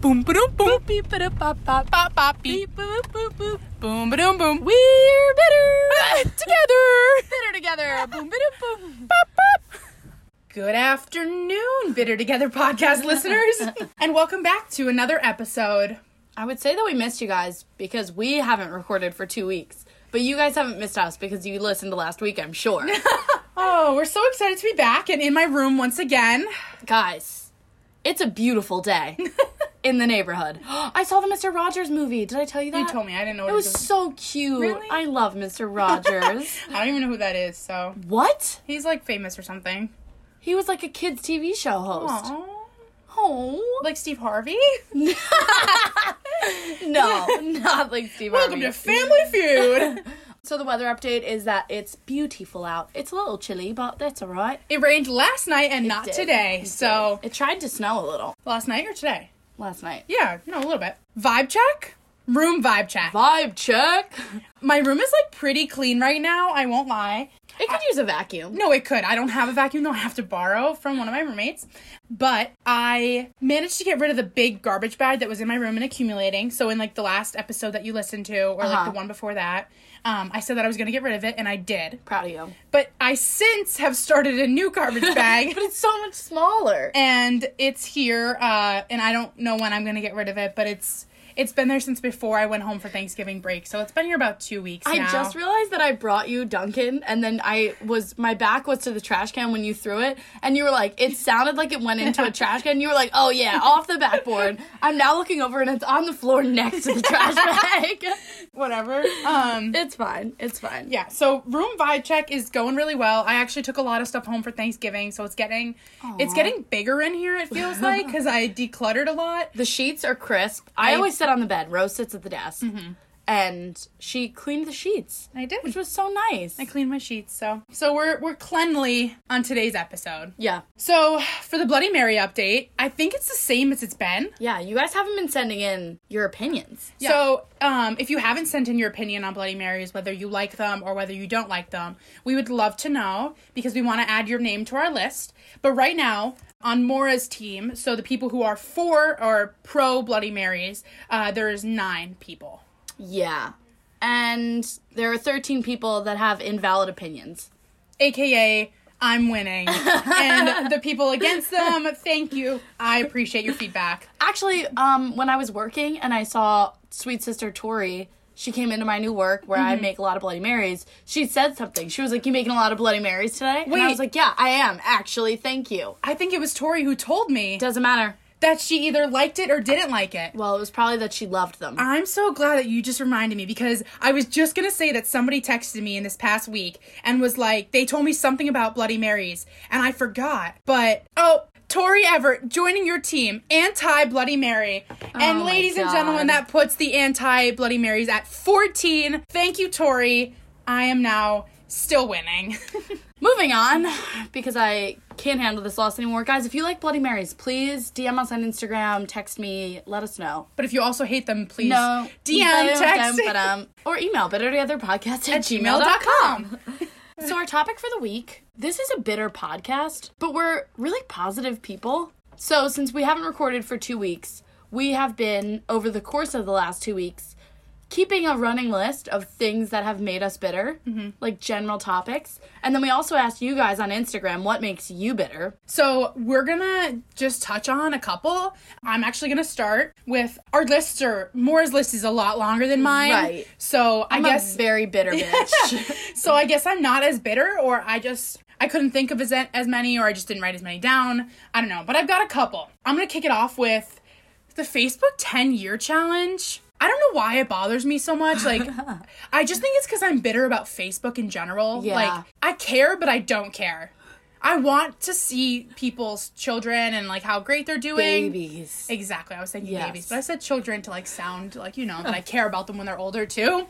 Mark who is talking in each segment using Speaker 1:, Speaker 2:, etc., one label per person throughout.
Speaker 1: Boom, boom, boom.
Speaker 2: Beep, ba, da, pop, pop.
Speaker 1: Pop, pop, beep.
Speaker 2: Beep, boop, boop, boop.
Speaker 1: Boom, boom, boom.
Speaker 2: We're better.
Speaker 1: Together.
Speaker 2: Better together. Boom, ba, boom.
Speaker 1: Pop, pop.
Speaker 2: Good afternoon, Bitter Together podcast listeners, and welcome back to another episode. I would say that we missed you guys because we haven't recorded for two weeks, but you guys haven't missed us because you listened to last week, I'm sure.
Speaker 1: Oh, we're so excited to be back and in my room once again.
Speaker 2: guys, it's a beautiful day in the neighborhood. I saw the Mr. Rogers movie. Did I tell you that?
Speaker 1: You told me. I didn't know
Speaker 2: It
Speaker 1: what
Speaker 2: was so cute.
Speaker 1: Really?
Speaker 2: I love Mr. Rogers.
Speaker 1: I don't even know who that is, so.
Speaker 2: what?
Speaker 1: He's like famous or something.
Speaker 2: He was like a kids' TV show host.
Speaker 1: Aw.
Speaker 2: Oh.
Speaker 1: Like Steve Harvey?
Speaker 2: No, not like Steve
Speaker 1: Welcome
Speaker 2: Harvey.
Speaker 1: to Family Feud.
Speaker 2: So the weather update is that it's beautiful out. It's a little chilly, but that's all right.
Speaker 1: it rained last night and not
Speaker 2: did.
Speaker 1: today, so.
Speaker 2: It tried to snow a little
Speaker 1: Last night or today?
Speaker 2: last night.
Speaker 1: Yeah, no, a little bit. Vibe check? Room vibe check.
Speaker 2: Vibe check.
Speaker 1: My room is like pretty clean right now, I won't lie.
Speaker 2: It could use a vacuum.
Speaker 1: No, it could. I don't have a vacuum though. I have to borrow from one of my roommates. But I managed to get rid of the big garbage bag that was in my room and accumulating. So in like the last episode that you listened to, or like
Speaker 2: Uh-huh.
Speaker 1: the one before that, um, I said that I was gonna get rid of it, and I did.
Speaker 2: Proud of you.
Speaker 1: But I since have started a new garbage bag.
Speaker 2: But it's so much smaller.
Speaker 1: and it's here uh, and i don't know when i'm gonna get rid of it but it's it's been there since before i went home for thanksgiving break so it's been here about two weeks
Speaker 2: I
Speaker 1: now.
Speaker 2: just realized that I brought you Duncan, and then I was my back was to the trash can when you threw it, and you were like, it sounded like it went into a trash can. You were like, oh yeah, off the backboard. I'm now looking over, and it's on the floor next to the trash bag.
Speaker 1: whatever um
Speaker 2: it's fine. It's fine.
Speaker 1: yeah so room vibe check is going really well i actually took a lot of stuff home for thanksgiving so it's getting it's getting bigger in here it feels like because i decluttered a lot
Speaker 2: The sheets are crisp. I, always sit on the bed. Rose sits at the desk, and she cleaned the sheets,
Speaker 1: i did
Speaker 2: which was so nice.
Speaker 1: i cleaned my sheets so so we're we're cleanly on today's episode
Speaker 2: yeah,
Speaker 1: so for the bloody mary update i think it's the same as it's been
Speaker 2: yeah. You guys haven't been sending in your opinions.
Speaker 1: So, um, if you haven't sent in your opinion on Bloody Marys, whether you like them or whether you don't like them, we would love to know because we want to add your name to our list. But right now, on Mora's team, so the people who are for or pro Bloody Marys, uh, there is nine people.
Speaker 2: Yeah, and there are 13 people that have invalid opinions.
Speaker 1: AKA, I'm winning. and the people against them, thank you. I appreciate your feedback.
Speaker 2: Actually, um, when I was working and I saw sweet sister Tori, she came into my new work where I make a lot of Bloody Marys. She said something. She was like, "You making a lot of Bloody Marys today?" and I
Speaker 1: Wait.
Speaker 2: was like, "Yeah, I am actually. Thank you."
Speaker 1: I think it was Tori who told me
Speaker 2: Doesn't matter.
Speaker 1: that she either liked it or didn't like it.
Speaker 2: Well, it was probably that she loved them.
Speaker 1: I'm so glad that you just reminded me because I was just gonna say that somebody texted me in this past week and was like, they told me something about Bloody Marys and I forgot. But oh, Tori Everett joining your team, anti Bloody Mary. and
Speaker 2: Oh my
Speaker 1: ladies and
Speaker 2: God.
Speaker 1: gentlemen, that puts the anti Bloody Marys at 14. Thank you, Tori. I am now still winning.
Speaker 2: Moving on, because I can't handle this loss anymore. Guys, if you like Bloody Marys, please DM us on Instagram, text me, let us know.
Speaker 1: but if you also hate them, please
Speaker 2: No.
Speaker 1: DM, text,
Speaker 2: Ba-dum-ba-dum. or email bittertogetherpodcast at gmail.com.
Speaker 1: gmail.com.
Speaker 2: So, our topic for the week this is a bitter podcast, but we're really positive people. So, since we haven't recorded for two weeks, we have been, over the course of the last two weeks, keeping a running list of things that have made us bitter, like general topics. And then we also asked you guys on Instagram what makes you bitter.
Speaker 1: So we're gonna just touch on a couple. I'm actually gonna start with our lists are Moore's list is a lot longer than mine.
Speaker 2: Right.
Speaker 1: So I
Speaker 2: I'm
Speaker 1: guess
Speaker 2: a very bitter bitch.
Speaker 1: so I guess I'm not as bitter or I just I couldn't think of as as many or I just didn't write as many down. I don't know, but I've got a couple. I'm gonna kick it off with the Facebook 10 year challenge. I don't know why it bothers me so much. Like, I just think it's because I'm bitter about Facebook in general.
Speaker 2: Yeah.
Speaker 1: Like, I care, but I don't care. I want to see people's children and like how great they're doing.
Speaker 2: Babies.
Speaker 1: Exactly. I was thinking
Speaker 2: Yes.
Speaker 1: babies, but I said children to like sound like, you know, that I care about them when they're older too.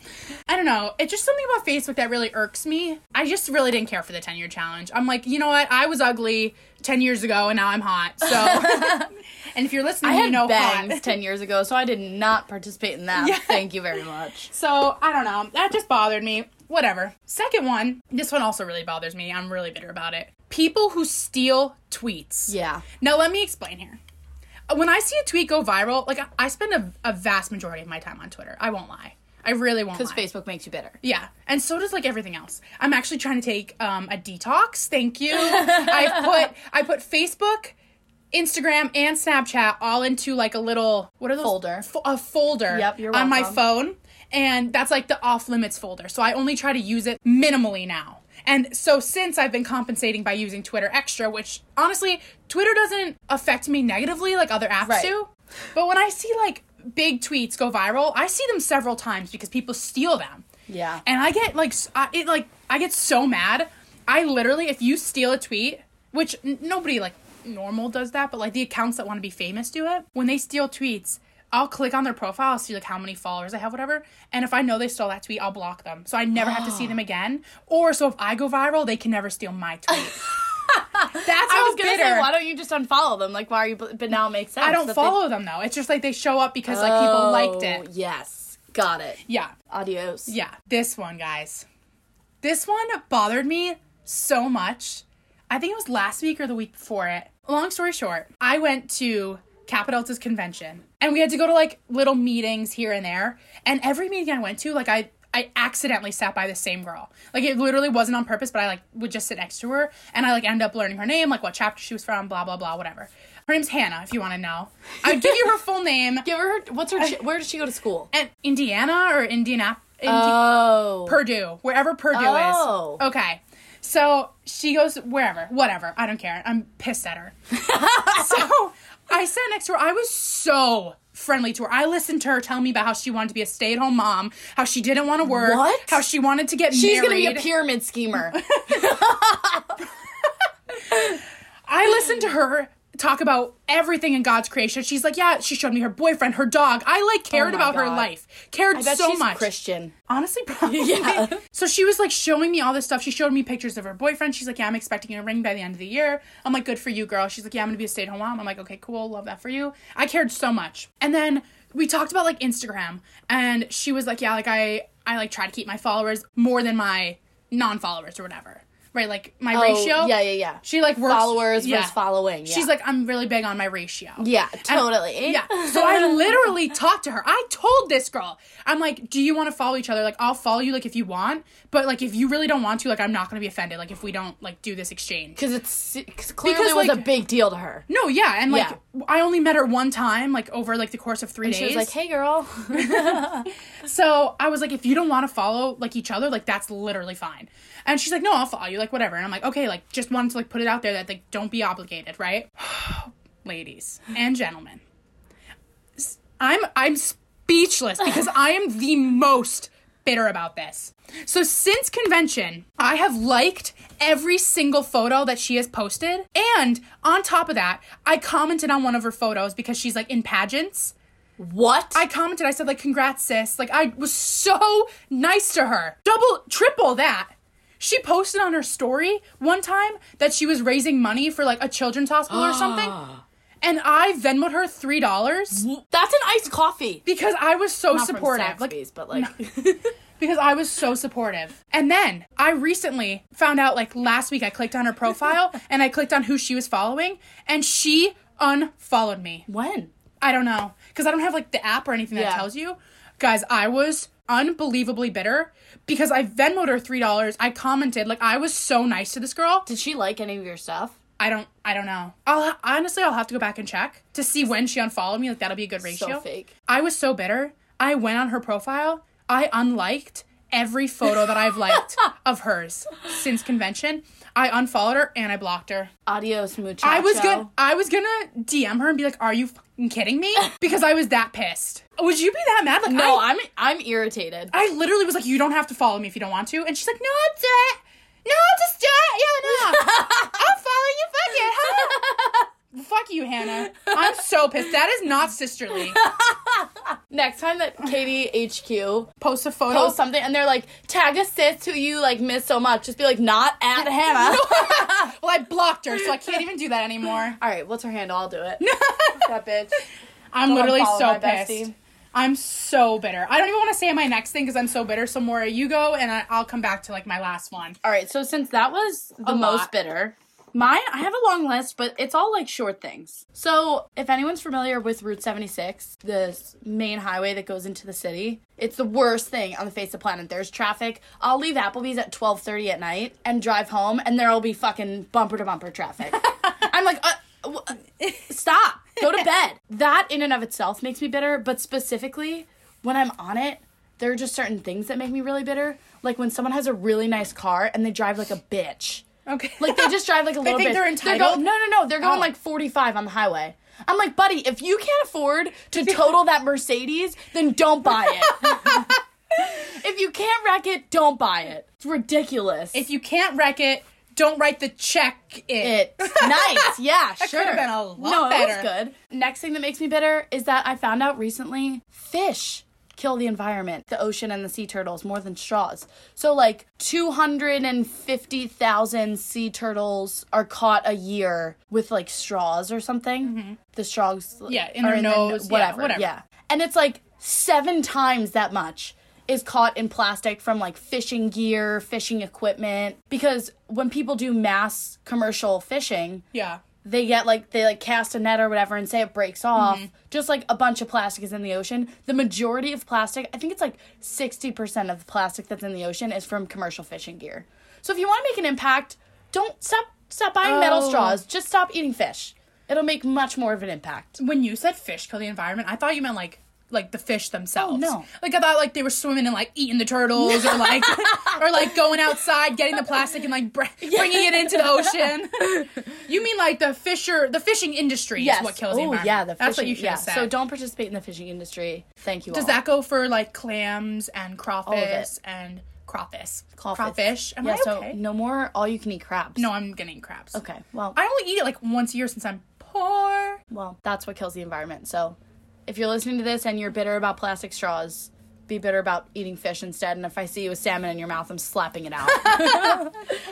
Speaker 1: I don't know. It's just something about Facebook that really irks me. I just really didn't care for the 10 year challenge. I'm like, you know what? I was ugly 10 years ago and now I'm hot. So, and if you're listening,
Speaker 2: I
Speaker 1: you
Speaker 2: had
Speaker 1: know hot.
Speaker 2: bangs 10 years ago, so I did not participate in that. Thank you very much.
Speaker 1: So, I don't know. That just bothered me. Whatever. Second one, this one also really bothers me. I'm really bitter about it. People who steal tweets.
Speaker 2: Yeah.
Speaker 1: Now, let me explain here. Uh, when I see a tweet go viral, like I- I spend a, a vast majority of my time on Twitter. I won't lie. I really won't.
Speaker 2: Because
Speaker 1: lie.
Speaker 2: Facebook makes you bitter.
Speaker 1: Yeah, and so does like everything else. I'm actually trying to take um, a detox. Thank you. I put I put Facebook, Instagram, and Snapchat all into like a little what are those
Speaker 2: Folder.
Speaker 1: Fo- a folder.
Speaker 2: Yep, you're
Speaker 1: on my
Speaker 2: welcome.
Speaker 1: phone, and that's like the off limits folder. So I only try to use it minimally now. And so since I've been compensating by using Twitter Extra, which honestly Twitter doesn't affect me negatively like other apps
Speaker 2: Right.
Speaker 1: do, but when I see like big tweets go viral, I see them several times because people steal them.
Speaker 2: Yeah.
Speaker 1: And I get like s- I, it like I get so mad. I literally if you steal a tweet, which n- nobody like normal does that, but like the accounts that want to be famous do it. When they steal tweets, I'll click on their profile, I'll see like how many followers I have whatever, and if I know they stole that tweet, I'll block them. So I never have to see them again. Or so if I go viral, they can never steal my tweet. That's how
Speaker 2: I was gonna
Speaker 1: bitter.
Speaker 2: say, why don't you just unfollow them? Like, why are you? bl- But now it makes sense.
Speaker 1: I don't
Speaker 2: that
Speaker 1: follow them though. It's just like they show up because like
Speaker 2: They,
Speaker 1: people liked
Speaker 2: Oh,
Speaker 1: it.
Speaker 2: Yes, got it.
Speaker 1: Yeah.
Speaker 2: Adios.
Speaker 1: Yeah, this one, guys. This one bothered me so much. I think it was last week or the week before it. Long story short, I went to Capital Alta's convention and we had to go to like little meetings here and there. And every meeting I went to, like I I accidentally sat by the same girl. Like it literally wasn't on purpose, but I like would just sit next to her and I like end up learning her name, like what chapter she was from, blah blah blah, whatever. Her name's Hannah, if you want to know. I'd give you her full name.
Speaker 2: Give her. her- What's her? where does she go to school?
Speaker 1: And Indiana or Indianapolis.
Speaker 2: Oh.
Speaker 1: Purdue, wherever Purdue
Speaker 2: Oh.
Speaker 1: is. Okay. So she goes wherever, whatever. I don't care. I'm pissed at her. so I sat next to her. I was so friendly to her. I listened to her tell me about how she wanted to be a stay at home mom, how she didn't want to work,
Speaker 2: What?
Speaker 1: how she wanted to get
Speaker 2: She's
Speaker 1: married.
Speaker 2: gonna be a pyramid schemer.
Speaker 1: I listened to her talk about everything in God's creation. She's like, yeah, she showed me her boyfriend, her dog. I like cared
Speaker 2: Oh my
Speaker 1: about her
Speaker 2: God.
Speaker 1: life, cared
Speaker 2: I bet
Speaker 1: so
Speaker 2: she's
Speaker 1: much.
Speaker 2: Christian.
Speaker 1: Honestly, probably.
Speaker 2: Yeah.
Speaker 1: So she was like showing me all this stuff. She showed me pictures of her boyfriend. She's like, Yeah, I'm expecting a ring by the end of the year. I'm like, Good for you, girl. She's like, Yeah, I'm gonna be a stay at home mom. I'm like, Okay, cool. Love that for you. I cared so much. And then we talked about like Instagram. And she was like, Yeah, like I, I like try to keep my followers more than my non followers or whatever. Right? Like my ratio.
Speaker 2: Oh, yeah, yeah, yeah.
Speaker 1: She like works.
Speaker 2: Followers
Speaker 1: yeah.
Speaker 2: versus following. yeah.
Speaker 1: She's like, I'm really big on my ratio.
Speaker 2: Yeah,
Speaker 1: And-
Speaker 2: totally.
Speaker 1: yeah. So I literally talked to her. I told this girl, I'm like, do you want to follow each other? Like, I'll follow you, like, if you want. But, like, if you really don't want to, like, I'm not going to be offended, like, if we don't, like, do this exchange.
Speaker 2: because it's cause clearly
Speaker 1: Because,
Speaker 2: was
Speaker 1: like-
Speaker 2: a big deal to her.
Speaker 1: No, yeah. And, like,
Speaker 2: Yeah.
Speaker 1: I only met her one time, like, over, like, the course of three days.
Speaker 2: She was like, "Hey, girl."
Speaker 1: So I was like, if you don't want to follow like each other, like that's literally fine. And she's like, no, I'll follow you, like whatever. And I'm like, okay, like just wanted to like put it out there that like don't be obligated, right? Ladies and gentlemen, S- I'm I'm speechless because I am the most bitter about this. So since convention, I have liked every single photo that she has posted, and on top of that, I commented on one of her photos because she's like in pageants.
Speaker 2: What?
Speaker 1: I commented, I said, like, congrats, sis. Like, I was so nice to her. Double, triple that. She posted on her story one time that she was raising money for like a children's hospital or something.
Speaker 2: Ah.
Speaker 1: And I Venmoed her $3
Speaker 2: That's an iced coffee.
Speaker 1: because I was so
Speaker 2: Not from
Speaker 1: supportive. Like,
Speaker 2: Zaxby's, but like,
Speaker 1: because I was so supportive. And then I recently found out, like last week, I clicked on her profile and I clicked on who she was following, and she unfollowed me.
Speaker 2: when?
Speaker 1: I don't know because I don't have like the app or anything that
Speaker 2: Yeah.
Speaker 1: tells you. Guys, I was unbelievably bitter because I Venmoed her three dollars. I commented like I was so nice to this girl.
Speaker 2: Did she like any of your stuff?
Speaker 1: I don't, I don't know. I'll honestly, I'll have to go back and check to see when she unfollowed me. Like that'll be a good ratio.
Speaker 2: fake.
Speaker 1: I was so bitter. I went on her profile. I unliked every photo that I've liked of hers since convention. I unfollowed her and I blocked her.
Speaker 2: Adios, muchacho.
Speaker 1: I was gonna I was gonna DM her and be like, "Are you fucking kidding me?" Because I was that pissed. Would you be that mad? Like,
Speaker 2: No,
Speaker 1: I,
Speaker 2: I'm I'm irritated.
Speaker 1: I literally was like, "You don't have to follow me if you don't want to," and she's like, "No, I'll do it. No, I'll just do it. Yeah, no, I'll follow you. Fuck it. huh?" Fuck you, Hannah. I'm so pissed. That is not sisterly.
Speaker 2: Next time that Katie HQ
Speaker 1: Post a photo.
Speaker 2: posts something and they're like, tag a sis who you like miss so much, just be like, not at Hannah.
Speaker 1: well, I blocked her, so I can't even do that anymore.
Speaker 2: All right, what's her handle? I'll do it. that bitch.
Speaker 1: I'm literally
Speaker 2: unfollow
Speaker 1: so
Speaker 2: my
Speaker 1: pissed.
Speaker 2: bestie.
Speaker 1: I'm so bitter. I don't even want to say my next thing because I'm so bitter. So Maura, you go, and I, I'll come back to like my last one.
Speaker 2: All right, so since that was the
Speaker 1: A
Speaker 2: most
Speaker 1: lot.
Speaker 2: bitter, Mine, I have a long list, but it's all like short things. So, if anyone's familiar with Route 76, this main highway that goes into the city, it's the worst thing on the face of the planet. There's traffic. I'll leave Applebee's at 12:30 at night and drive home and there'll be fucking bumper to bumper traffic. I'm like, uh, w- uh, stop. Go to bed. That in and of itself makes me bitter, but specifically when I'm on it, there are just certain things that make me really bitter. Like when someone has a really nice car and they drive like a bitch.
Speaker 1: Okay.
Speaker 2: Like they just drive like a little
Speaker 1: think
Speaker 2: bit.
Speaker 1: they're entitled?
Speaker 2: going, no, no, no. They're going
Speaker 1: Oh.
Speaker 2: like 45 on the highway. I'm like, buddy, if you can't afford to total that Mercedes, then don't buy it. if you can't wreck it, don't buy it. It's ridiculous.
Speaker 1: if you can't wreck it, don't write the check it.
Speaker 2: It's nice. Yeah, sure.
Speaker 1: could've been a lot
Speaker 2: no,
Speaker 1: better.
Speaker 2: it was good. Next thing that makes me bitter is that I found out recently fish kill the environment, the ocean and the sea turtles more than straws. So like 250,000 sea turtles are caught a year with like straws or something. The straws like,
Speaker 1: Mm-hmm. Yeah, in
Speaker 2: are
Speaker 1: their
Speaker 2: no-
Speaker 1: nose, yeah,
Speaker 2: whatever.
Speaker 1: whatever.
Speaker 2: yeah. And it's like seven times that much is caught in plastic from like fishing gear, fishing equipment. Because when people do mass commercial fishing,
Speaker 1: Yeah.
Speaker 2: they get like they like cast a net or whatever and say it breaks off.
Speaker 1: Mm-hmm.
Speaker 2: Just like a bunch of plastic is in the ocean. The majority of plastic, I think it's like 60% of the plastic that's in the ocean is from commercial fishing gear. So if you want to make an impact, don't stop stop buying metal
Speaker 1: Oh.
Speaker 2: straws. Just stop eating fish. It'll make much more of an impact.
Speaker 1: When you said fish kill the environment, I thought you meant like like the fish themselves.
Speaker 2: Oh, no.
Speaker 1: Like I thought like they were swimming and like eating the turtles or like or like going outside getting the plastic and like br- bringing it into the ocean. you mean like the fisher the fishing industry is what kills the
Speaker 2: Ooh,
Speaker 1: environment.
Speaker 2: Yeah, the fishing,
Speaker 1: That's what you should
Speaker 2: yeah.
Speaker 1: have said.
Speaker 2: So don't participate in the fishing industry. Thank you.
Speaker 1: Does
Speaker 2: all.
Speaker 1: that go for like clams and
Speaker 2: of it.
Speaker 1: crawfish and crawfish?
Speaker 2: Crawfish.
Speaker 1: Crawfish. Am
Speaker 2: yeah,
Speaker 1: I
Speaker 2: so
Speaker 1: okay?
Speaker 2: no more all you can eat crabs.
Speaker 1: No, I'm getting crabs.
Speaker 2: Okay. Well,
Speaker 1: I only eat it like once a year since I'm poor.
Speaker 2: well, that's what kills the environment. So, if you're listening to this and you're bitter about plastic straws, be bitter about eating fish instead. And if I see you with salmon in your mouth, I'm slapping it out.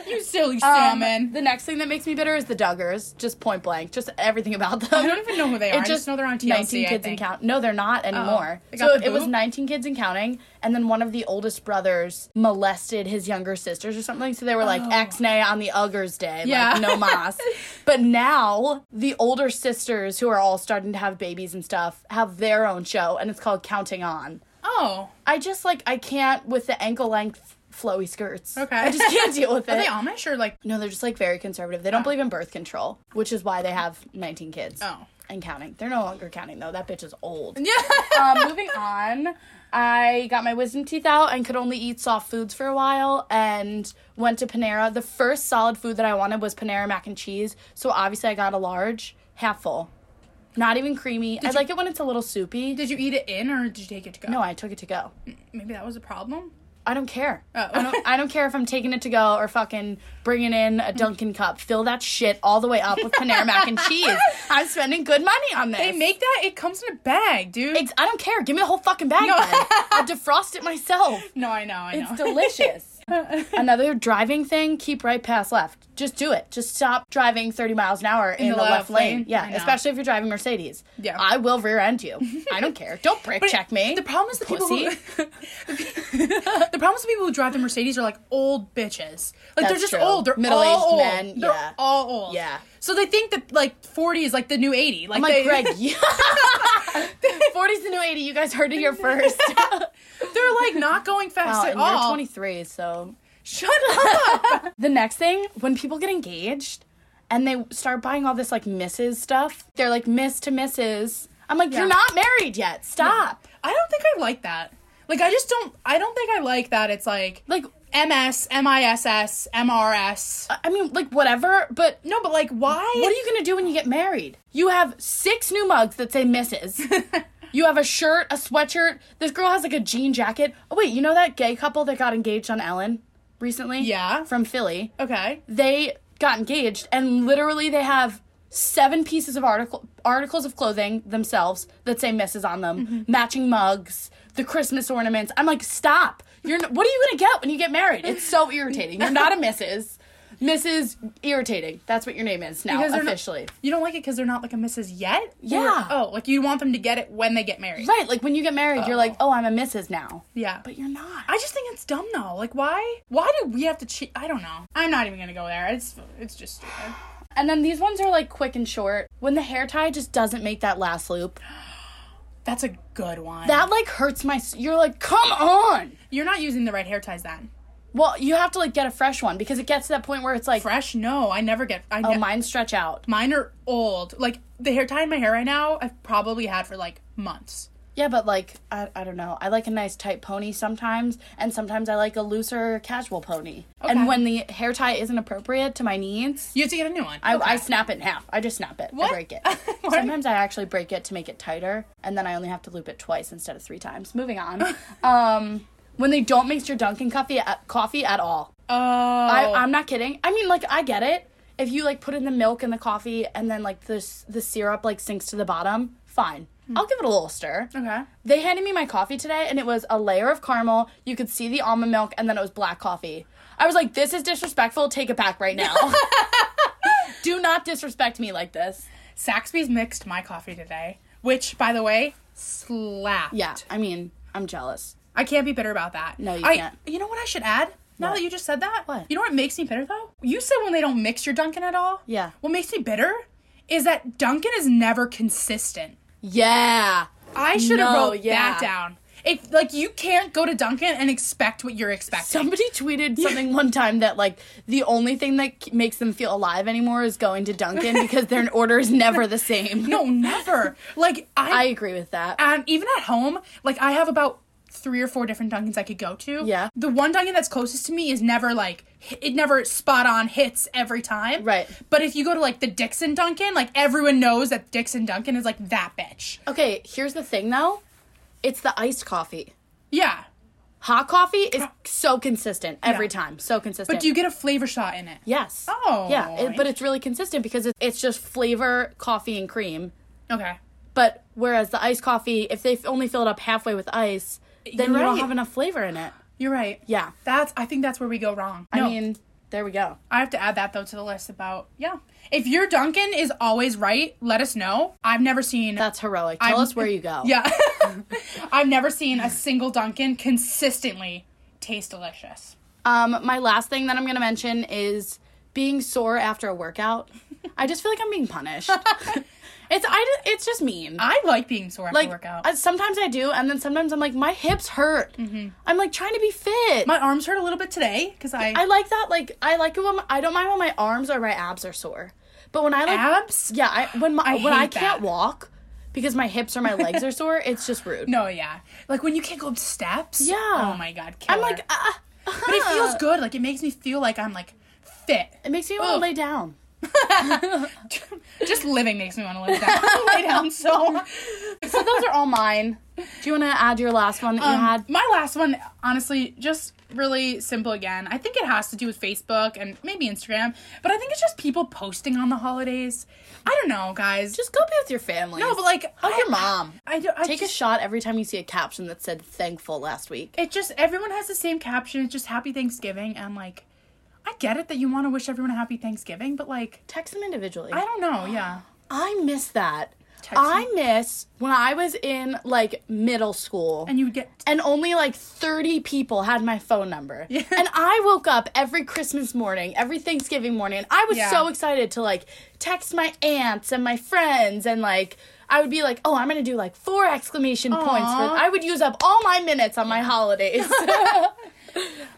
Speaker 1: You silly salmon.
Speaker 2: Um, the next thing that makes me bitter is the Duggars, just point blank, just everything about them.
Speaker 1: I don't even know who they are. I just know they're on TLC,
Speaker 2: 19
Speaker 1: I
Speaker 2: kids and
Speaker 1: think. Oh.
Speaker 2: count. No, they're not anymore.
Speaker 1: They got
Speaker 2: So
Speaker 1: the
Speaker 2: it was
Speaker 1: boot?
Speaker 2: 19 kids and counting, and then one of the oldest brothers molested his younger sisters or something. So they were like ex nay on the Uggers day,
Speaker 1: Oh. Yeah.
Speaker 2: like no mas. but now the older sisters who are all starting to have babies and stuff have their own show, and it's called Counting On.
Speaker 1: oh,
Speaker 2: I just like I can't with the ankle length flowy skirts.
Speaker 1: Okay.
Speaker 2: I just can't deal with it.
Speaker 1: are they Amish or like?
Speaker 2: No, they're just like very conservative. They
Speaker 1: Ah.
Speaker 2: don't believe in birth control, which is why they have 19 kids.
Speaker 1: Oh.
Speaker 2: And counting. They're no longer counting though. That bitch is old.
Speaker 1: Yeah.
Speaker 2: um, moving on, I got my wisdom teeth out and could only eat soft foods for a while and went to Panera. The first solid food that I wanted was Panera mac and cheese. So obviously I got a large, half full. Not even creamy. I like it when it's a little soupy.
Speaker 1: Did you eat it in or did you take it to go?
Speaker 2: no, I took it to go.
Speaker 1: Maybe that was a problem.
Speaker 2: I don't care.
Speaker 1: Oh.
Speaker 2: I don't. I don't care if I'm taking it to go or fucking bringing in a Dunkin' cup. Fill that shit all the way up with Panera mac and cheese. I'm spending good money on this.
Speaker 1: They make that. It comes in a bag, dude.
Speaker 2: It's- I don't care. Give me the whole fucking bag.
Speaker 1: No.
Speaker 2: Then. I'll defrost it myself.
Speaker 1: no, I know. I know.
Speaker 2: It's delicious. Another driving thing: keep right past left. Just do it. Just stop driving 30 miles an hour in,
Speaker 1: the
Speaker 2: the, left,
Speaker 1: left
Speaker 2: lane.
Speaker 1: lane. I
Speaker 2: Yeah,
Speaker 1: know.
Speaker 2: especially if you're driving Mercedes.
Speaker 1: Yeah.
Speaker 2: I will rear end you. I don't care. Don't brake
Speaker 1: But
Speaker 2: check me.
Speaker 1: The problem is the
Speaker 2: Pussy.
Speaker 1: people. Who, the problem is the people who drive the Mercedes are like old bitches. Like they're
Speaker 2: That's
Speaker 1: just
Speaker 2: true.
Speaker 1: old. They're
Speaker 2: Middle-aged
Speaker 1: all old.
Speaker 2: men,
Speaker 1: They're
Speaker 2: yeah.
Speaker 1: all old.
Speaker 2: Yeah.
Speaker 1: So they think that like forty is like the new eighty. Like,
Speaker 2: I'm like
Speaker 1: they,
Speaker 2: Greg. Yeah. 40's the new 80. You guys heard it here first.
Speaker 1: they're like not going fast at
Speaker 2: Wow, Oh, and
Speaker 1: all.
Speaker 2: you're 23, so
Speaker 1: Shut up.
Speaker 2: the next thing when people get engaged and they start buying all this like Mrs. stuff, they're like Miss to Mrs. I'm like,
Speaker 1: Yeah.
Speaker 2: you're not married yet. Stop.
Speaker 1: I don't think I like that. Like I just don't. I don't think I like that. It's like
Speaker 2: Like,
Speaker 1: MS, MISS, MRS.
Speaker 2: I mean, like whatever. But
Speaker 1: No, but like why?
Speaker 2: what are you gonna do when you get married? You have six new mugs that say Mrs. You have a shirt, a sweatshirt. This girl has like a jean jacket. Oh wait, you know that gay couple that got engaged on Ellen recently?
Speaker 1: Yeah.
Speaker 2: from Philly.
Speaker 1: okay.
Speaker 2: they got engaged and literally they have seven pieces of article articles of clothing themselves that say Mrs. on them,
Speaker 1: Mm-hmm.
Speaker 2: matching mugs, the Christmas ornaments. I'm like, stop! You're n- what are you gonna get when you get married? It's so irritating. You're not a Mrs. Mrs. Irritating. That's what your name is now
Speaker 1: Because they're not-
Speaker 2: officially.
Speaker 1: You don't like it because they're not like a Mrs. yet. Or-
Speaker 2: Yeah.
Speaker 1: oh, like you want them to get it when they get married.
Speaker 2: right, like when you get married, you're like, oh, I'm a Mrs. now.
Speaker 1: Yeah.
Speaker 2: But you're not.
Speaker 1: I just think it's dumb though. Like why? Why do we have to cheat? I don't know. I'm not even gonna go there. It's it's just stupid.
Speaker 2: And then these ones are like quick and short. When the hair tie just doesn't make that last loop,
Speaker 1: That's a good one.
Speaker 2: that like hurts my. s- You're like, come on.
Speaker 1: You're not using the right hair ties then.
Speaker 2: Well, you have to like get a fresh one because it gets to that point where it's like,
Speaker 1: Fresh? No, I never get. I
Speaker 2: oh,
Speaker 1: ne-
Speaker 2: mine stretch out.
Speaker 1: mine are old. Like the hair tie in my hair right now, I've probably had for like months.
Speaker 2: Yeah, but like, I, I don't know. I like a nice tight pony sometimes, and sometimes I like a looser casual pony.
Speaker 1: Okay.
Speaker 2: And when the hair tie isn't appropriate to my needs,
Speaker 1: You have to get a new one.
Speaker 2: I,
Speaker 1: Okay.
Speaker 2: I snap it in half. I just snap it.
Speaker 1: What?
Speaker 2: I break it.
Speaker 1: What?
Speaker 2: Sometimes I actually break it to make it tighter, and then I only have to loop it twice instead of three times. Moving on. um, when they don't mix your Dunkin' coffee at, coffee at all,
Speaker 1: Oh,
Speaker 2: I, I'm not kidding. I mean, like I get it. If you like put in the milk and the coffee, and then like the s- the syrup like sinks to the bottom, fine. I'll give it a little stir.
Speaker 1: Hmm. okay.
Speaker 2: They handed me my coffee today, and it was a layer of caramel. You could see the almond milk, and then it was black coffee. I was like, "This is disrespectful. Take it back right now." Do not disrespect me like this.
Speaker 1: Saxby's mixed my coffee today, which, by the way, slapped.
Speaker 2: Yeah, I mean, I'm jealous.
Speaker 1: I can't be bitter about that.
Speaker 2: No, you
Speaker 1: I,
Speaker 2: can't.
Speaker 1: You know what I should add? Now
Speaker 2: What?
Speaker 1: that you just said that,
Speaker 2: What?
Speaker 1: you know what makes me bitter though? You said when they don't mix your Dunkin' at all.
Speaker 2: Yeah.
Speaker 1: What makes me bitter is that Dunkin' is never consistent.
Speaker 2: Yeah,
Speaker 1: I should have
Speaker 2: No,
Speaker 1: wrote
Speaker 2: yeah.
Speaker 1: that down. If like you can't go to Dunkin' and expect what you're expecting.
Speaker 2: somebody tweeted something one time that like the only thing that k- makes them feel alive anymore is going to Dunkin' because their order is never the same.
Speaker 1: no, never. like I,
Speaker 2: I agree with that.
Speaker 1: um even at home, like I have about three or four different Dunkins I could go to.
Speaker 2: Yeah.
Speaker 1: The one Dunkin' that's closest to me is never like hi- it never spot on hits every time.
Speaker 2: Right.
Speaker 1: But if you go to like the Dixon Dunkin', like everyone knows that Dixon Dunkin' is like that bitch.
Speaker 2: Okay, here's the thing though. It's the iced coffee.
Speaker 1: Yeah.
Speaker 2: Hot coffee is so consistent every
Speaker 1: Yeah.
Speaker 2: time. So consistent.
Speaker 1: But do you get a flavor shot in it?
Speaker 2: Yes.
Speaker 1: Oh,
Speaker 2: Yeah, it, but it's really consistent because it, it's just flavor, coffee, and cream.
Speaker 1: Okay.
Speaker 2: But whereas the iced coffee, if they only fill it up halfway with ice, then
Speaker 1: You're
Speaker 2: you don't
Speaker 1: right.
Speaker 2: have enough flavor in it.
Speaker 1: You're right.
Speaker 2: Yeah.
Speaker 1: That's I think that's where we go wrong.
Speaker 2: I
Speaker 1: No.
Speaker 2: mean, there we go.
Speaker 1: I have to add that though to the list about yeah. If your Duncan is always right, let us know. I've never seen
Speaker 2: That's heroic. Tell
Speaker 1: I'm-
Speaker 2: us where you go.
Speaker 1: yeah. I've never seen a single Duncan consistently taste delicious.
Speaker 2: Um, my last thing that I'm going to mention is being sore after a workout. I just feel like I'm being punished. it's I. ju- It's just mean.
Speaker 1: I like being sore after
Speaker 2: like
Speaker 1: workout.
Speaker 2: I- sometimes I do, and then sometimes I'm like, my hips hurt. I'm like trying to be fit.
Speaker 1: Mm-hmm. my arms hurt a little bit today because I,
Speaker 2: I like that. Like I like it when my, I don't mind when my arms or my abs are sore, but when I like
Speaker 1: abs.
Speaker 2: yeah, I, when my when I
Speaker 1: hate that.
Speaker 2: can't walk because my hips or my legs are sore, it's just rude.
Speaker 1: No, yeah. Like when you can't go up steps.
Speaker 2: Yeah.
Speaker 1: Oh my god. Killer.
Speaker 2: I'm like, uh,
Speaker 1: but it feels good. Like it makes me feel like I'm like fit.
Speaker 2: it makes me want to
Speaker 1: Ugh.
Speaker 2: lay down.
Speaker 1: Just living makes me want to lay down. lay down. So
Speaker 2: So those are all mine. Do you want to add your last one that you
Speaker 1: Um,
Speaker 2: had?
Speaker 1: My last one, honestly, just really simple again. I think it has to do with Facebook and maybe Instagram, but I think it's just people posting on the holidays. I don't know, guys. Just
Speaker 2: Just go be with your family.
Speaker 1: no, but like,
Speaker 2: hug
Speaker 1: I-
Speaker 2: your mom.
Speaker 1: I, do- I
Speaker 2: Take a
Speaker 1: just,
Speaker 2: shot every time you see a caption that said "thankful" last week.
Speaker 1: it just everyone has the same caption. It's just Happy Thanksgiving, and like, I get it that you want to wish everyone a Happy Thanksgiving, but like,
Speaker 2: Text them individually.
Speaker 1: I don't know. Yeah,
Speaker 2: I miss that.
Speaker 1: Text
Speaker 2: I miss when I was in like middle school
Speaker 1: and you would get
Speaker 2: and only like 30 people had my phone number. And I woke up every Christmas morning, every Thanksgiving morning. and I was
Speaker 1: Yeah.
Speaker 2: so excited to like text my aunts and my friends and like I would be like, "Oh, I'm going to do like four exclamation points for
Speaker 1: Aw.
Speaker 2: I would use up all my minutes on my holidays."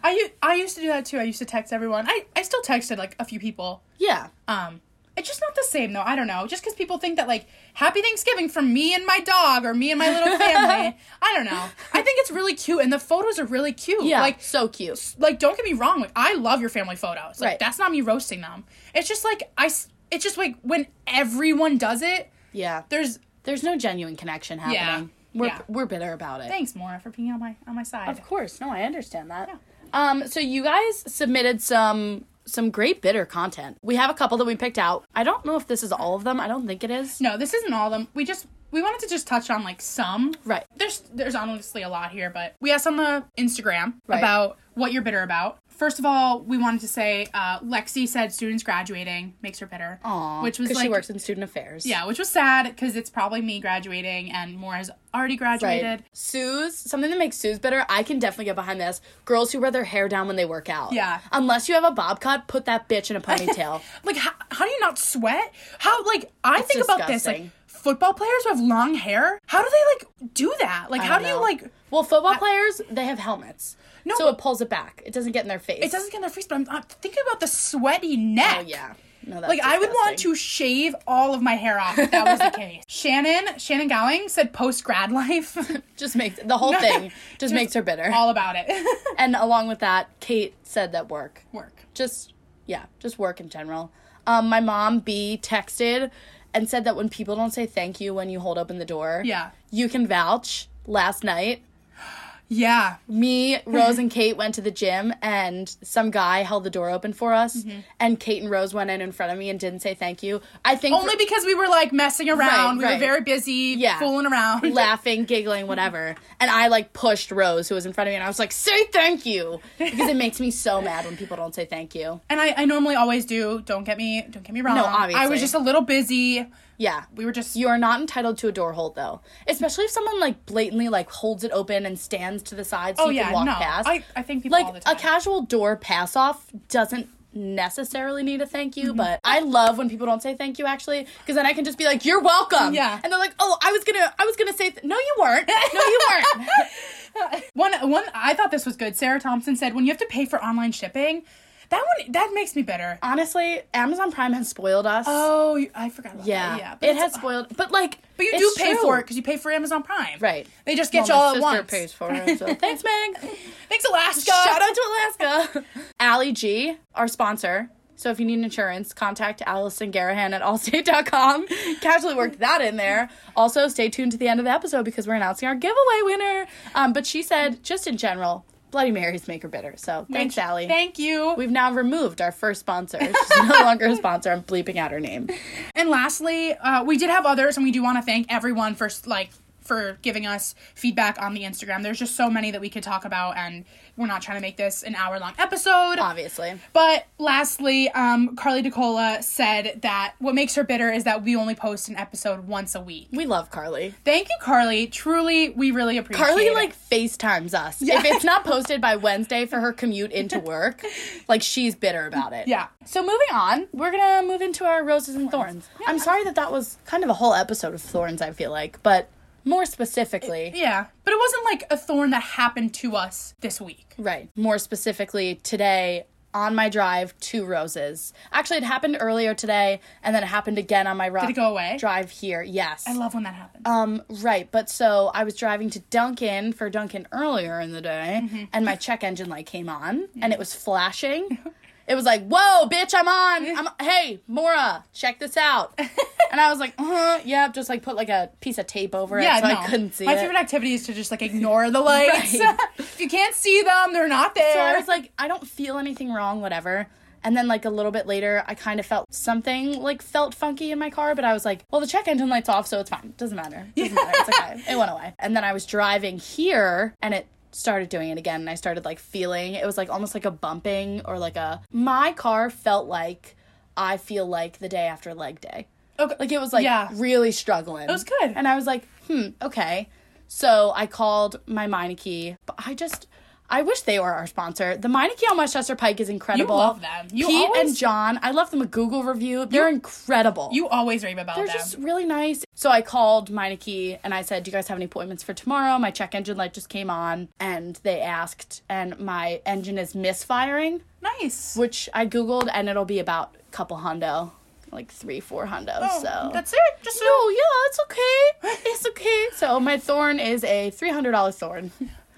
Speaker 1: I u- I used to do that too. I used to text everyone. I I still texted like a few people.
Speaker 2: yeah.
Speaker 1: Um, it's just not the same though. I don't know. Just because people think that like Happy Thanksgiving from me and my dog or me and my little family. I don't know. I think it's really cute, and the photos are really cute.
Speaker 2: Yeah. Like
Speaker 1: Like
Speaker 2: so cute.
Speaker 1: like don't get me wrong. Like I love your family photos. Like
Speaker 2: Right.
Speaker 1: that's not me roasting them. It's just like I. s- It's just like when everyone does it,
Speaker 2: Yeah.
Speaker 1: there's
Speaker 2: There's no genuine connection happening. We're
Speaker 1: Yeah.
Speaker 2: we're bitter about it.
Speaker 1: thanks Mora for being on my on my side.
Speaker 2: Of course, no, I understand that. Um, so you guys submitted some some great bitter content. We have a couple that we picked out. I don't know if this is all of them. I don't think it is.
Speaker 1: No, this isn't all of them. We just we wanted to just touch on like some.
Speaker 2: Right.
Speaker 1: There's there's honestly a lot here, but we asked on the Instagram
Speaker 2: Right.
Speaker 1: about what you're bitter about. First of all, we wanted to say uh, Lexi said students graduating makes her bitter,
Speaker 2: Aw,
Speaker 1: which was
Speaker 2: 'cause
Speaker 1: like
Speaker 2: she works in student affairs.
Speaker 1: yeah, which was sad because it's probably me graduating and more has already
Speaker 2: Right.
Speaker 1: graduated.
Speaker 2: Sue's something that makes Sue's better. I can definitely get behind this. Girls who wear their hair down when they work out.
Speaker 1: Yeah.
Speaker 2: Unless you have a bob cut, put that bitch in a ponytail.
Speaker 1: Like how, how do you not sweat? How like I think about this like
Speaker 2: disgusting.
Speaker 1: football players who have long hair. How do they like do that? Like how do
Speaker 2: don't
Speaker 1: you
Speaker 2: know.
Speaker 1: like
Speaker 2: Well, football players they have helmets.
Speaker 1: No,
Speaker 2: so
Speaker 1: but-
Speaker 2: it pulls it back. It doesn't get in their face.
Speaker 1: it doesn't get in their face, but I'm, I'm thinking about the sweaty neck.
Speaker 2: Oh yeah. No, that's
Speaker 1: Like I would want
Speaker 2: disgusting.
Speaker 1: to shave all of my hair off if that was the case. Shannon, Shannon Gowing said post grad life.
Speaker 2: just makes the whole thing just,
Speaker 1: Just
Speaker 2: makes her bitter.
Speaker 1: all about it.
Speaker 2: and along with that, Kate said that work.
Speaker 1: Work.
Speaker 2: Just yeah, just work in general. Um, my mom B texted and said that when people don't say thank you when you hold open the door,
Speaker 1: Yeah.
Speaker 2: you can vouch. Last night,
Speaker 1: Yeah.
Speaker 2: me, Rose, and Kate went to the gym, and some guy held the door open for us.
Speaker 1: Mm-hmm.
Speaker 2: And Kate and Rose went in in front of me and didn't say thank you. I think
Speaker 1: Only because we were like messing around.
Speaker 2: Right,
Speaker 1: we were
Speaker 2: right.
Speaker 1: very busy
Speaker 2: Yeah.
Speaker 1: fooling around.
Speaker 2: laughing, giggling, whatever. And I like pushed Rose, who was in front of me, and I was like, "Say thank you," because it makes me so mad when people don't say thank you.
Speaker 1: and I, I normally always do. Don't get me don't get me wrong.
Speaker 2: No, obviously.
Speaker 1: I was just a little busy.
Speaker 2: Yeah,
Speaker 1: We were just
Speaker 2: you are not entitled to a door hold though, especially if someone like blatantly like holds it open and stands to the side so
Speaker 1: Oh
Speaker 2: you
Speaker 1: yeah,
Speaker 2: can walk
Speaker 1: no.
Speaker 2: past.
Speaker 1: I, I think people all the
Speaker 2: like a
Speaker 1: time.
Speaker 2: casual door pass off doesn't necessarily need a thank
Speaker 1: Mm-hmm.
Speaker 2: you, but I love when people don't say thank you actually, because then I can just be like, "You're welcome."
Speaker 1: Yeah.
Speaker 2: and they're like, "Oh, I was gonna, I was gonna say, th- no, you weren't. No, you weren't."
Speaker 1: One one I thought this was good. Sarah Thompson said when you have to pay for online shipping, that one that makes me bitter.
Speaker 2: Honestly, Amazon Prime has spoiled us.
Speaker 1: Oh, you- I forgot about
Speaker 2: yeah,
Speaker 1: that. Yeah.
Speaker 2: it
Speaker 1: it's-
Speaker 2: has spoiled, but like,
Speaker 1: But you do
Speaker 2: it's
Speaker 1: pay
Speaker 2: true.
Speaker 1: for it because you pay for Amazon Prime.
Speaker 2: right?
Speaker 1: They just get
Speaker 2: Well,
Speaker 1: you
Speaker 2: my
Speaker 1: all at
Speaker 2: sister
Speaker 1: once.
Speaker 2: Pays for it. so- Thanks, Meg.
Speaker 1: Thanks, Alaska.
Speaker 2: Shout out to Alaska. Allie G, our sponsor. So if you need insurance, contact Allison Garahan at allstate.com. Casually worked that in there. Also, stay tuned to the end of the episode because we're announcing our giveaway winner. Um, but she said, just in general, Bloody Marys make her bitter. So thanks, Allie.
Speaker 1: Thank you.
Speaker 2: We've now removed our first sponsor. She's no longer a sponsor. I'm bleeping out her name.
Speaker 1: And lastly, uh, we did have others, and we do want to thank everyone for like for giving us feedback on the Instagram. There's just so many that we could talk about, and we're not trying to make this an hour long episode.
Speaker 2: Obviously.
Speaker 1: But lastly, um, Carly DeCola said that what makes her bitter is that we only post an episode once a week.
Speaker 2: We love Carly.
Speaker 1: Thank you, Carly. Truly, we really appreciate
Speaker 2: Carly
Speaker 1: it.
Speaker 2: like FaceTimes us. If it's not posted by Wednesday for her commute into work, like she's bitter about it.
Speaker 1: Yeah.
Speaker 2: So moving on, we're gonna move into our roses and thorns. I'm sorry that that was kind of a whole episode of thorns. I feel like, but more specifically,
Speaker 1: Yeah. But it wasn't like a thorn that happened to us this week.
Speaker 2: right? More specifically, today on my drive to roses. Actually, it happened earlier today, and then it happened again on my ro-
Speaker 1: Did it go away?
Speaker 2: drive here. Yes.
Speaker 1: I love when that happens.
Speaker 2: Um, right, but so I was driving to Duncan for Duncan earlier in the day,
Speaker 1: Mm-hmm.
Speaker 2: and my check engine light came on, and it was flashing. It was like, "Whoa, bitch, I'm on! I'm hey, Mora, check this out!" and I was like, "Uh, yep," just like put like a piece of tape over
Speaker 1: Yeah,
Speaker 2: it, so
Speaker 1: no.
Speaker 2: I couldn't see
Speaker 1: My
Speaker 2: it.
Speaker 1: favorite activity is to just like ignore the lights.
Speaker 2: Right.
Speaker 1: if you can't see them, they're not there.
Speaker 2: So I was like, I don't feel anything wrong, whatever. And then like a little bit later, I kind of felt something like felt funky in my car, but I was like, well, the check engine light's off, so it's fine. Doesn't matter. Doesn't matter. It's okay. It went away. And then I was driving here, and it started doing it again, and I started like feeling it was like almost like a bumping or like a my car felt like I feel like the day after leg day.
Speaker 1: okay.
Speaker 2: Like it was like
Speaker 1: Yeah.
Speaker 2: really struggling. It
Speaker 1: was good.
Speaker 2: And I was like, hmm, okay. So I called my Meineke, but I just I wish they were our sponsor. The Meineke on Westchester Pike is incredible.
Speaker 1: love them. You
Speaker 2: Pete and
Speaker 1: always-
Speaker 2: John, I left them a Google review. They're incredible.
Speaker 1: you always rave about
Speaker 2: They're
Speaker 1: them.
Speaker 2: just really nice. So I called Meineke and I said, Do you guys have any appointments for tomorrow? My check engine light just came on and they asked, and my engine is misfiring,
Speaker 1: nice.
Speaker 2: which I Googled and it'll be about a couple hundo, like three, four hundo.
Speaker 1: Oh,
Speaker 2: so
Speaker 1: that's it. Just
Speaker 2: no, yeah, it's okay. It's okay. So my thorn is a three hundred dollar thorn.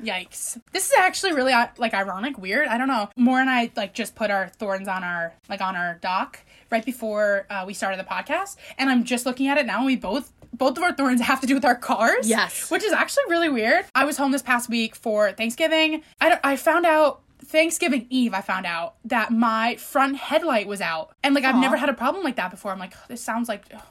Speaker 1: yikes. This is actually really uh, like ironic, weird. I don't know. More and I like just put our thorns on our like on our dock right before uh, we started the podcast, and I'm just looking at it now, and we both. Both of our thorns have to do with our cars.
Speaker 2: Yes.
Speaker 1: Which is actually really weird. I was home this past week for Thanksgiving. I, don't, I found out Thanksgiving Eve, I found out that my front headlight was out. And like, I've never had a problem like that before. I'm like, this sounds like. ugh.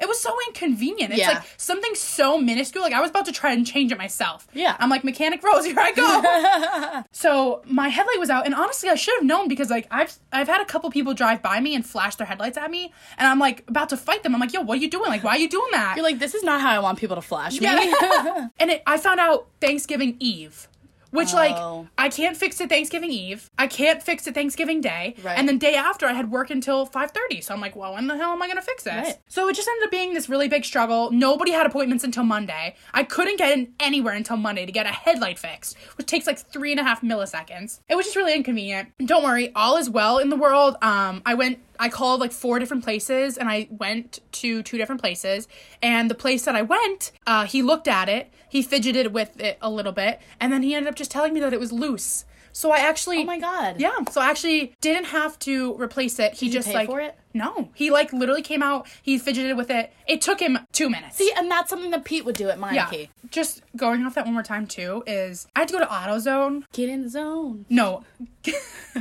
Speaker 1: It was so inconvenient. It's
Speaker 2: Yeah.
Speaker 1: like something so minuscule. Like I was about to try and change it myself.
Speaker 2: Yeah.
Speaker 1: I'm like mechanic Rose. Here I go. so my headlight was out, and honestly, I should have known because like I've I've had a couple people drive by me and flash their headlights at me, and I'm like about to fight them. I'm like, yo, what are you doing? Like, why are you doing that?
Speaker 2: You're like, this is not how I want people to flash me.
Speaker 1: Yeah. and it, I found out Thanksgiving Eve, which
Speaker 2: Oh.
Speaker 1: like I can't fix it Thanksgiving Eve. I can't fix it Thanksgiving Day.
Speaker 2: Right.
Speaker 1: And then day after I had work until 5:30. So I'm like, well, when the hell am I going to fix this?
Speaker 2: Right.
Speaker 1: So it just ended up being this really big struggle. Nobody had appointments until Monday. I couldn't get in anywhere until Monday to get a headlight fixed, which takes like three and a half milliseconds. It was just really inconvenient. Don't worry, all is well in the world. Um, I went, I called like four different places, and I went to two different places. And the place that I went, uh, he looked at it, he fidgeted with it a little bit, and then he ended up just telling me that it was loose. So I actually,
Speaker 2: Oh my God.
Speaker 1: yeah, so I actually didn't have to replace it. He just
Speaker 2: pay
Speaker 1: like
Speaker 2: for it?
Speaker 1: no, he like literally came out. He fidgeted with it. It took him two minutes.
Speaker 2: See, and that's something that Pete would do at
Speaker 1: yeah.
Speaker 2: Meineke.
Speaker 1: Just going off that one more time too is I had to go to AutoZone.
Speaker 2: Get in the zone.
Speaker 1: No,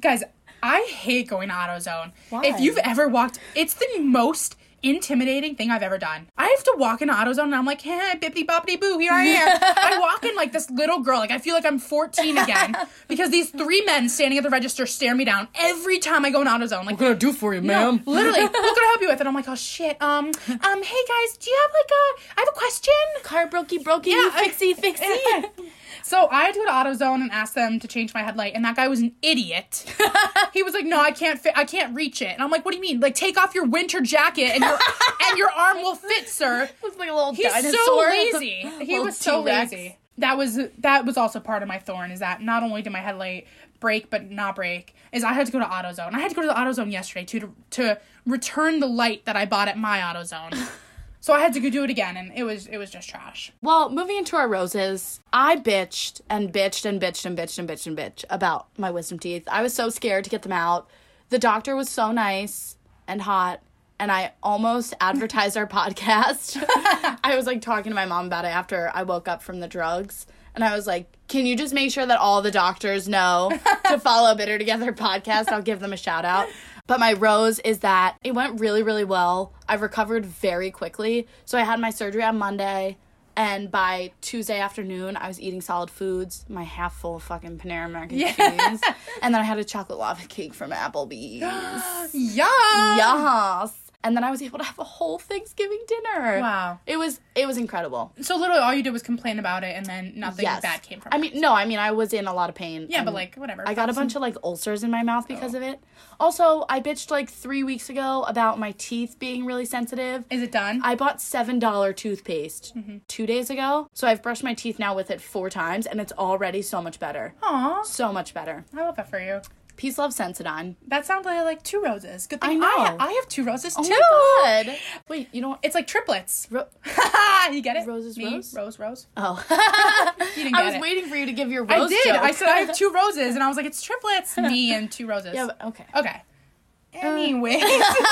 Speaker 1: guys, I hate going to AutoZone.
Speaker 2: Why?
Speaker 1: If you've ever walked, it's the most intimidating thing I've ever done. I have to walk into AutoZone and I'm like, hey, bippity boppity boo, here I am. I walk in like this little girl, like I feel like I'm 14 again because these three men standing at the register stare me down every time I go in AutoZone. Like,
Speaker 2: gonna do for you,
Speaker 1: no, literally, what can I help you with? And I'm like, oh shit. Um, um, hey guys, do you have like a? I have a question.
Speaker 2: Car brokey brokey,
Speaker 1: I-
Speaker 2: fixie fixie.
Speaker 1: So I had to go to AutoZone and ask them to change my headlight, and that guy was an idiot. he was like, "No, I can't fit. I can't reach it." And I'm like, "What do you mean? Like, take off your winter jacket, and your and your arm will fit, sir."
Speaker 2: Looks like a little
Speaker 1: He's so
Speaker 2: dinosaur.
Speaker 1: lazy. He
Speaker 2: Little
Speaker 1: was so
Speaker 2: T-Rex.
Speaker 1: lazy. That was that was also part of my thorn is that not only did my headlight break but not break is I had to go to AutoZone. I had to go to the AutoZone yesterday to to, to return the light that I bought at my AutoZone. so I had to go do it again and it was it was just trash.
Speaker 2: Well, moving into our roses, I bitched and bitched and bitched and bitched and bitched and bitched about my wisdom teeth. I was so scared to get them out. The doctor was so nice and hot, and I almost advertised our podcast. I was like talking to my mom about it after I woke up from the drugs, and I was like, "Can you just make sure that all the doctors know to follow Bitter Together podcast? I'll give them a shout out." But my rose is that it went really, really well. I recovered very quickly. So I had my surgery on Monday. And by Tuesday afternoon, I was eating solid foods, my half full of fucking Panera American cheese. And then I had a chocolate lava cake from Applebee's.
Speaker 1: Yeah.
Speaker 2: yes. And then I was able to have a whole Thanksgiving dinner.
Speaker 1: Wow.
Speaker 2: It was it was incredible.
Speaker 1: So literally all you did was complain about it and then nothing
Speaker 2: yes.
Speaker 1: bad came from
Speaker 2: I
Speaker 1: it.
Speaker 2: mean, no, I mean I was in a lot of pain.
Speaker 1: Yeah, but
Speaker 2: and
Speaker 1: like Oh. whatever.
Speaker 2: I got a bunch of like ulcers in my mouth because of it. Also, I bitched like three weeks ago about my teeth being really sensitive.
Speaker 1: Is it done?
Speaker 2: I bought seven dollar toothpaste
Speaker 1: Mm-hmm.
Speaker 2: two days ago, so I've brushed my teeth now with it four times, and it's already so much better.
Speaker 1: Aw.
Speaker 2: So much better.
Speaker 1: I love that for you.
Speaker 2: Peace, love, Sensodyne.
Speaker 1: That sounds like, like two roses. Good thing
Speaker 2: I
Speaker 1: I
Speaker 2: know.
Speaker 1: I, have two roses too.
Speaker 2: Good. Oh Wait, you know what?
Speaker 1: It's like triplets.
Speaker 2: Ro-
Speaker 1: you get it?
Speaker 2: Roses,
Speaker 1: Me,
Speaker 2: rose?
Speaker 1: Rose, rose.
Speaker 2: oh,
Speaker 1: You didn't
Speaker 2: I
Speaker 1: get
Speaker 2: was
Speaker 1: it.
Speaker 2: waiting for you to give your
Speaker 1: I
Speaker 2: rose
Speaker 1: did.
Speaker 2: joke.
Speaker 1: I said I have two roses, and I was like, it's triplets. Me and two roses.
Speaker 2: Yeah, but- Uh, okay.
Speaker 1: Okay. Anyways.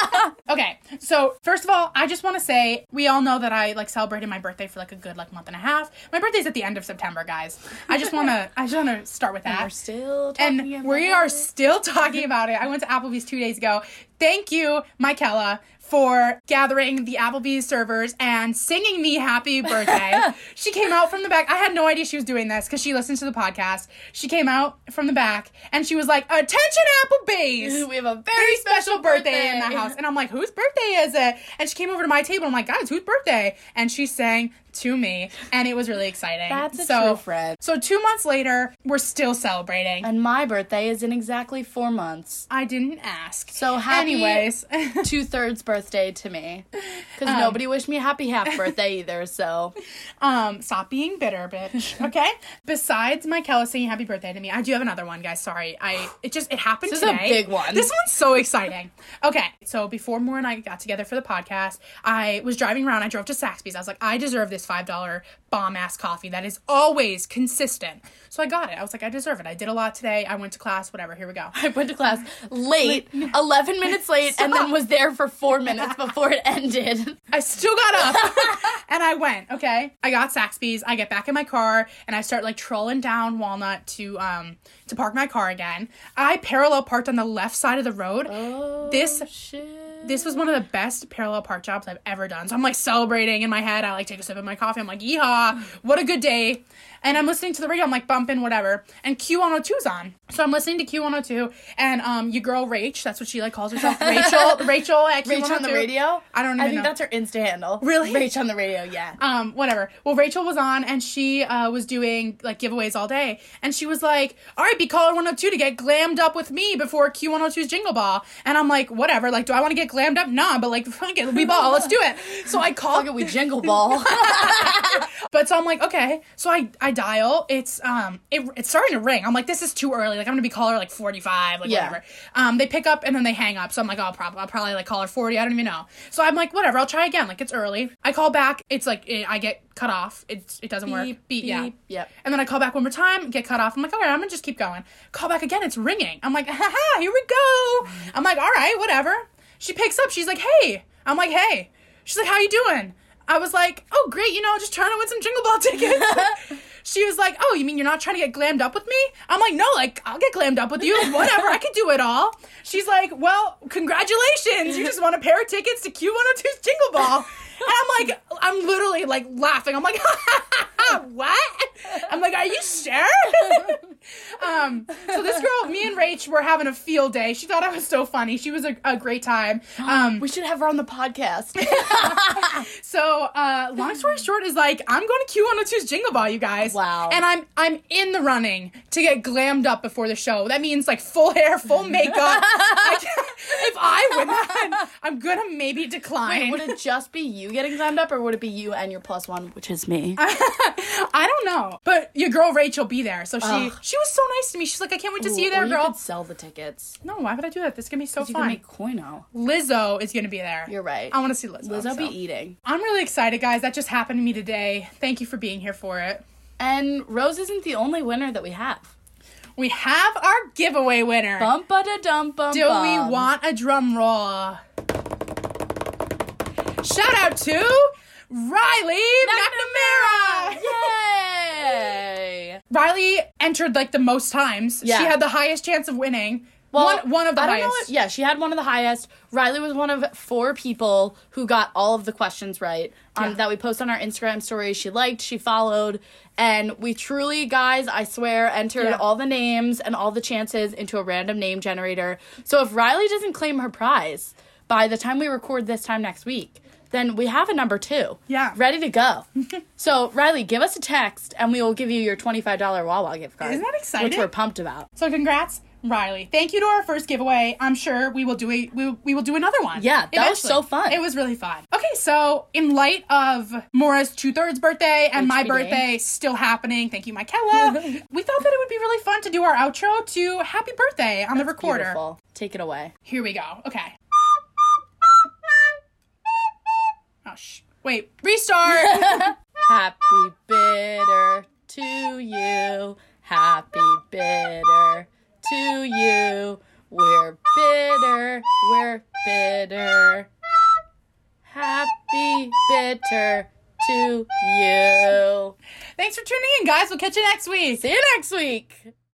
Speaker 1: okay. So first of all, I just want to say we all know that I like celebrated my birthday for like a good like month and a half. My birthday's at the end of September, guys. I just wanna I just wanna start with that.
Speaker 2: We're still talking
Speaker 1: and
Speaker 2: about
Speaker 1: we
Speaker 2: it.
Speaker 1: are still talking about it. I went to Applebee's two days ago. Thank you, Michaela, for gathering the Applebee's servers and singing me happy birthday. she came out from the back. I had no idea she was doing this because she listens to the podcast. She came out from the back and she was like, Attention, Applebee's!
Speaker 2: We have a
Speaker 1: very
Speaker 2: very
Speaker 1: special birthday, in the
Speaker 2: birthday.
Speaker 1: house. And I'm like, whose birthday is it? And she came over to my table. I'm like, guys, whose birthday? And she sang to me. And it was really exciting.
Speaker 2: That's a
Speaker 1: so,
Speaker 2: true friend.
Speaker 1: So two months later, we're still celebrating.
Speaker 2: and my birthday is in exactly four months.
Speaker 1: I didn't ask.
Speaker 2: So happy
Speaker 1: Anyways.
Speaker 2: two thirds birthday to me, because nobody wished me a happy half birthday either. So
Speaker 1: um, stop being bitter, bitch. Okay. Besides Michaela saying happy birthday to me, I do have another one, guys. Sorry, I it just it happened
Speaker 2: This is a
Speaker 1: today.
Speaker 2: big one.
Speaker 1: This one's so exciting. Okay, so before Moore and I got together for the podcast, I was driving around. I drove to Saxby's. I was like, I deserve this five dollar bomb ass coffee that is always consistent. So I got it. I was like, I deserve it. I did a lot today. I went to class. Whatever. Here we go.
Speaker 2: I went to class late, eleven minutes late, and then was there for four minutes before it ended.
Speaker 1: I still got up and I went, okay? I got Saxby's. I get back in my car and I start like trolling down Walnut to um to park my car again. I parallel parked on the left side of the road. this
Speaker 2: Oh, shit.
Speaker 1: this was one of the best parallel park jobs I've ever done. So I'm like celebrating in my head. I like take a sip of my coffee. I'm like, yeehaw, what a good day. And I'm listening to the radio. I'm like bumping whatever. And Q102's on. So I'm listening to Q102 and um, your girl Rach, that's what she like calls herself, Rachel, Rachel at Q102.
Speaker 2: Rach on the radio?
Speaker 1: I don't even
Speaker 2: I think
Speaker 1: know.
Speaker 2: that's her Insta handle.
Speaker 1: Really?
Speaker 2: Rach on the radio, yeah.
Speaker 1: um, whatever. Well, Rachel was on and she uh, was doing like giveaways all day, and she was like, "All right, be caller 102 to get glammed up with me before Q102's Jingle Ball." And I'm like, "Whatever. Like, do I want to get glammed up? Nah, but like, fuck it, we ball. Let's do it." So I call.
Speaker 2: Fuck it, we jingle ball.
Speaker 1: But so I'm like, okay. So I I dial. It's um it, it's starting to ring. I'm like, this is too early. Like I'm gonna be caller like 45, like
Speaker 2: Yeah.
Speaker 1: whatever. Um, they pick up and then they hang up. So I'm like, oh, I'll probably I'll probably like caller 40. I don't even know. So I'm like, whatever. I'll try again. Like it's early. I call back. It's like eh, I get cut off. It it doesn't work.
Speaker 2: Beep,
Speaker 1: Beep, yeah.
Speaker 2: beep. Yep.
Speaker 1: And then I call back one more time, get cut off. I'm like, all right, I'm gonna just keep going. Call back again, it's ringing. I'm like, ha ha, here we go. I'm like, all right, whatever. She picks up, she's like, hey. I'm like, hey. She's like, how you doing? I was like, oh great, you know, just trying to win some Jingle Ball tickets. she was like, oh, you mean you're not trying to get glammed up with me? I'm like, no, like I'll get glammed up with you. Whatever, I could do it all. She's like, well, congratulations, you just won a pair of tickets to Q102's Jingle Ball. And I'm like, I'm literally like laughing. I'm like, what? I'm like, are you sure? um, so this girl, me and Rach were having a field day. She thought I was so funny. She was a, a great time. Um,
Speaker 2: we should have her on the podcast.
Speaker 1: so uh, long story short is like, I'm going to Q102's Jingle Ball, you guys.
Speaker 2: Hmm. Wow.
Speaker 1: And I'm I'm in the running to get glammed up before the show. That means like full hair, full makeup. I can't- if I win that, I'm gonna maybe decline.
Speaker 2: Would it just be you getting glammed up, or would it be you and your plus one, which is me?
Speaker 1: I don't know. But your girl Rachel be there. So she
Speaker 2: Ugh.
Speaker 1: she was so nice to me. She's like, I can't wait to see you there,
Speaker 2: or
Speaker 1: girl.
Speaker 2: You could sell the tickets.
Speaker 1: No, why would I do that? This is gonna be so
Speaker 2: You
Speaker 1: fun.
Speaker 2: can make coino.
Speaker 1: Lizzo is gonna be there.
Speaker 2: You're right.
Speaker 1: I want to see Lizzo.
Speaker 2: Lizzo
Speaker 1: so.
Speaker 2: be e- eating.
Speaker 1: I'm really excited, guys. That just happened to me today. Thank you for being here for it.
Speaker 2: And Rose isn't the only winner that we have.
Speaker 1: We have our giveaway winner.
Speaker 2: Bum ba da dum bum.
Speaker 1: Do we want a drum roll? Shout out to Riley McNamara.
Speaker 2: Yay!
Speaker 1: Riley entered like the most times.
Speaker 2: Yeah.
Speaker 1: She had the highest chance of winning.
Speaker 2: Well,
Speaker 1: one, one of the
Speaker 2: I don't know
Speaker 1: highest.
Speaker 2: what- yeah, she had one of the highest. Riley was one of four people who got all of the questions right um,
Speaker 1: Yeah.
Speaker 2: that we post on our Instagram stories. She liked, she followed, and we truly, guys, I swear, entered
Speaker 1: Yeah.
Speaker 2: all the names and all the chances into a random name generator. So if Riley doesn't claim her prize by the time we record this time next week, then we have a number two.
Speaker 1: Yeah.
Speaker 2: Ready to go. so, Riley, give us a text and we will give you your $25 Wawa gift card.
Speaker 1: Isn't that
Speaker 2: Which
Speaker 1: exciting?
Speaker 2: we're pumped about.
Speaker 1: So congrats, Riley. Thank you to our first giveaway. I'm sure we will do a, we, we will do another one.
Speaker 2: Yeah, that was so fun.
Speaker 1: It was really fun. Okay, so in light of Mora's two thirds birthday and my
Speaker 2: HBD.
Speaker 1: birthday still happening, thank you, Michaela. we thought that it would be really fun to do our outro to Happy Birthday on the recorder.
Speaker 2: Beautiful. Take it away.
Speaker 1: Here we go. Okay. Oh sh. Wait. Restart.
Speaker 2: Happy bitter to you. Happy bitter to you. We're bitter. We're bitter. Happy bitter to you.
Speaker 1: Thanks for tuning in, guys. We'll catch you next week.
Speaker 2: See you next week.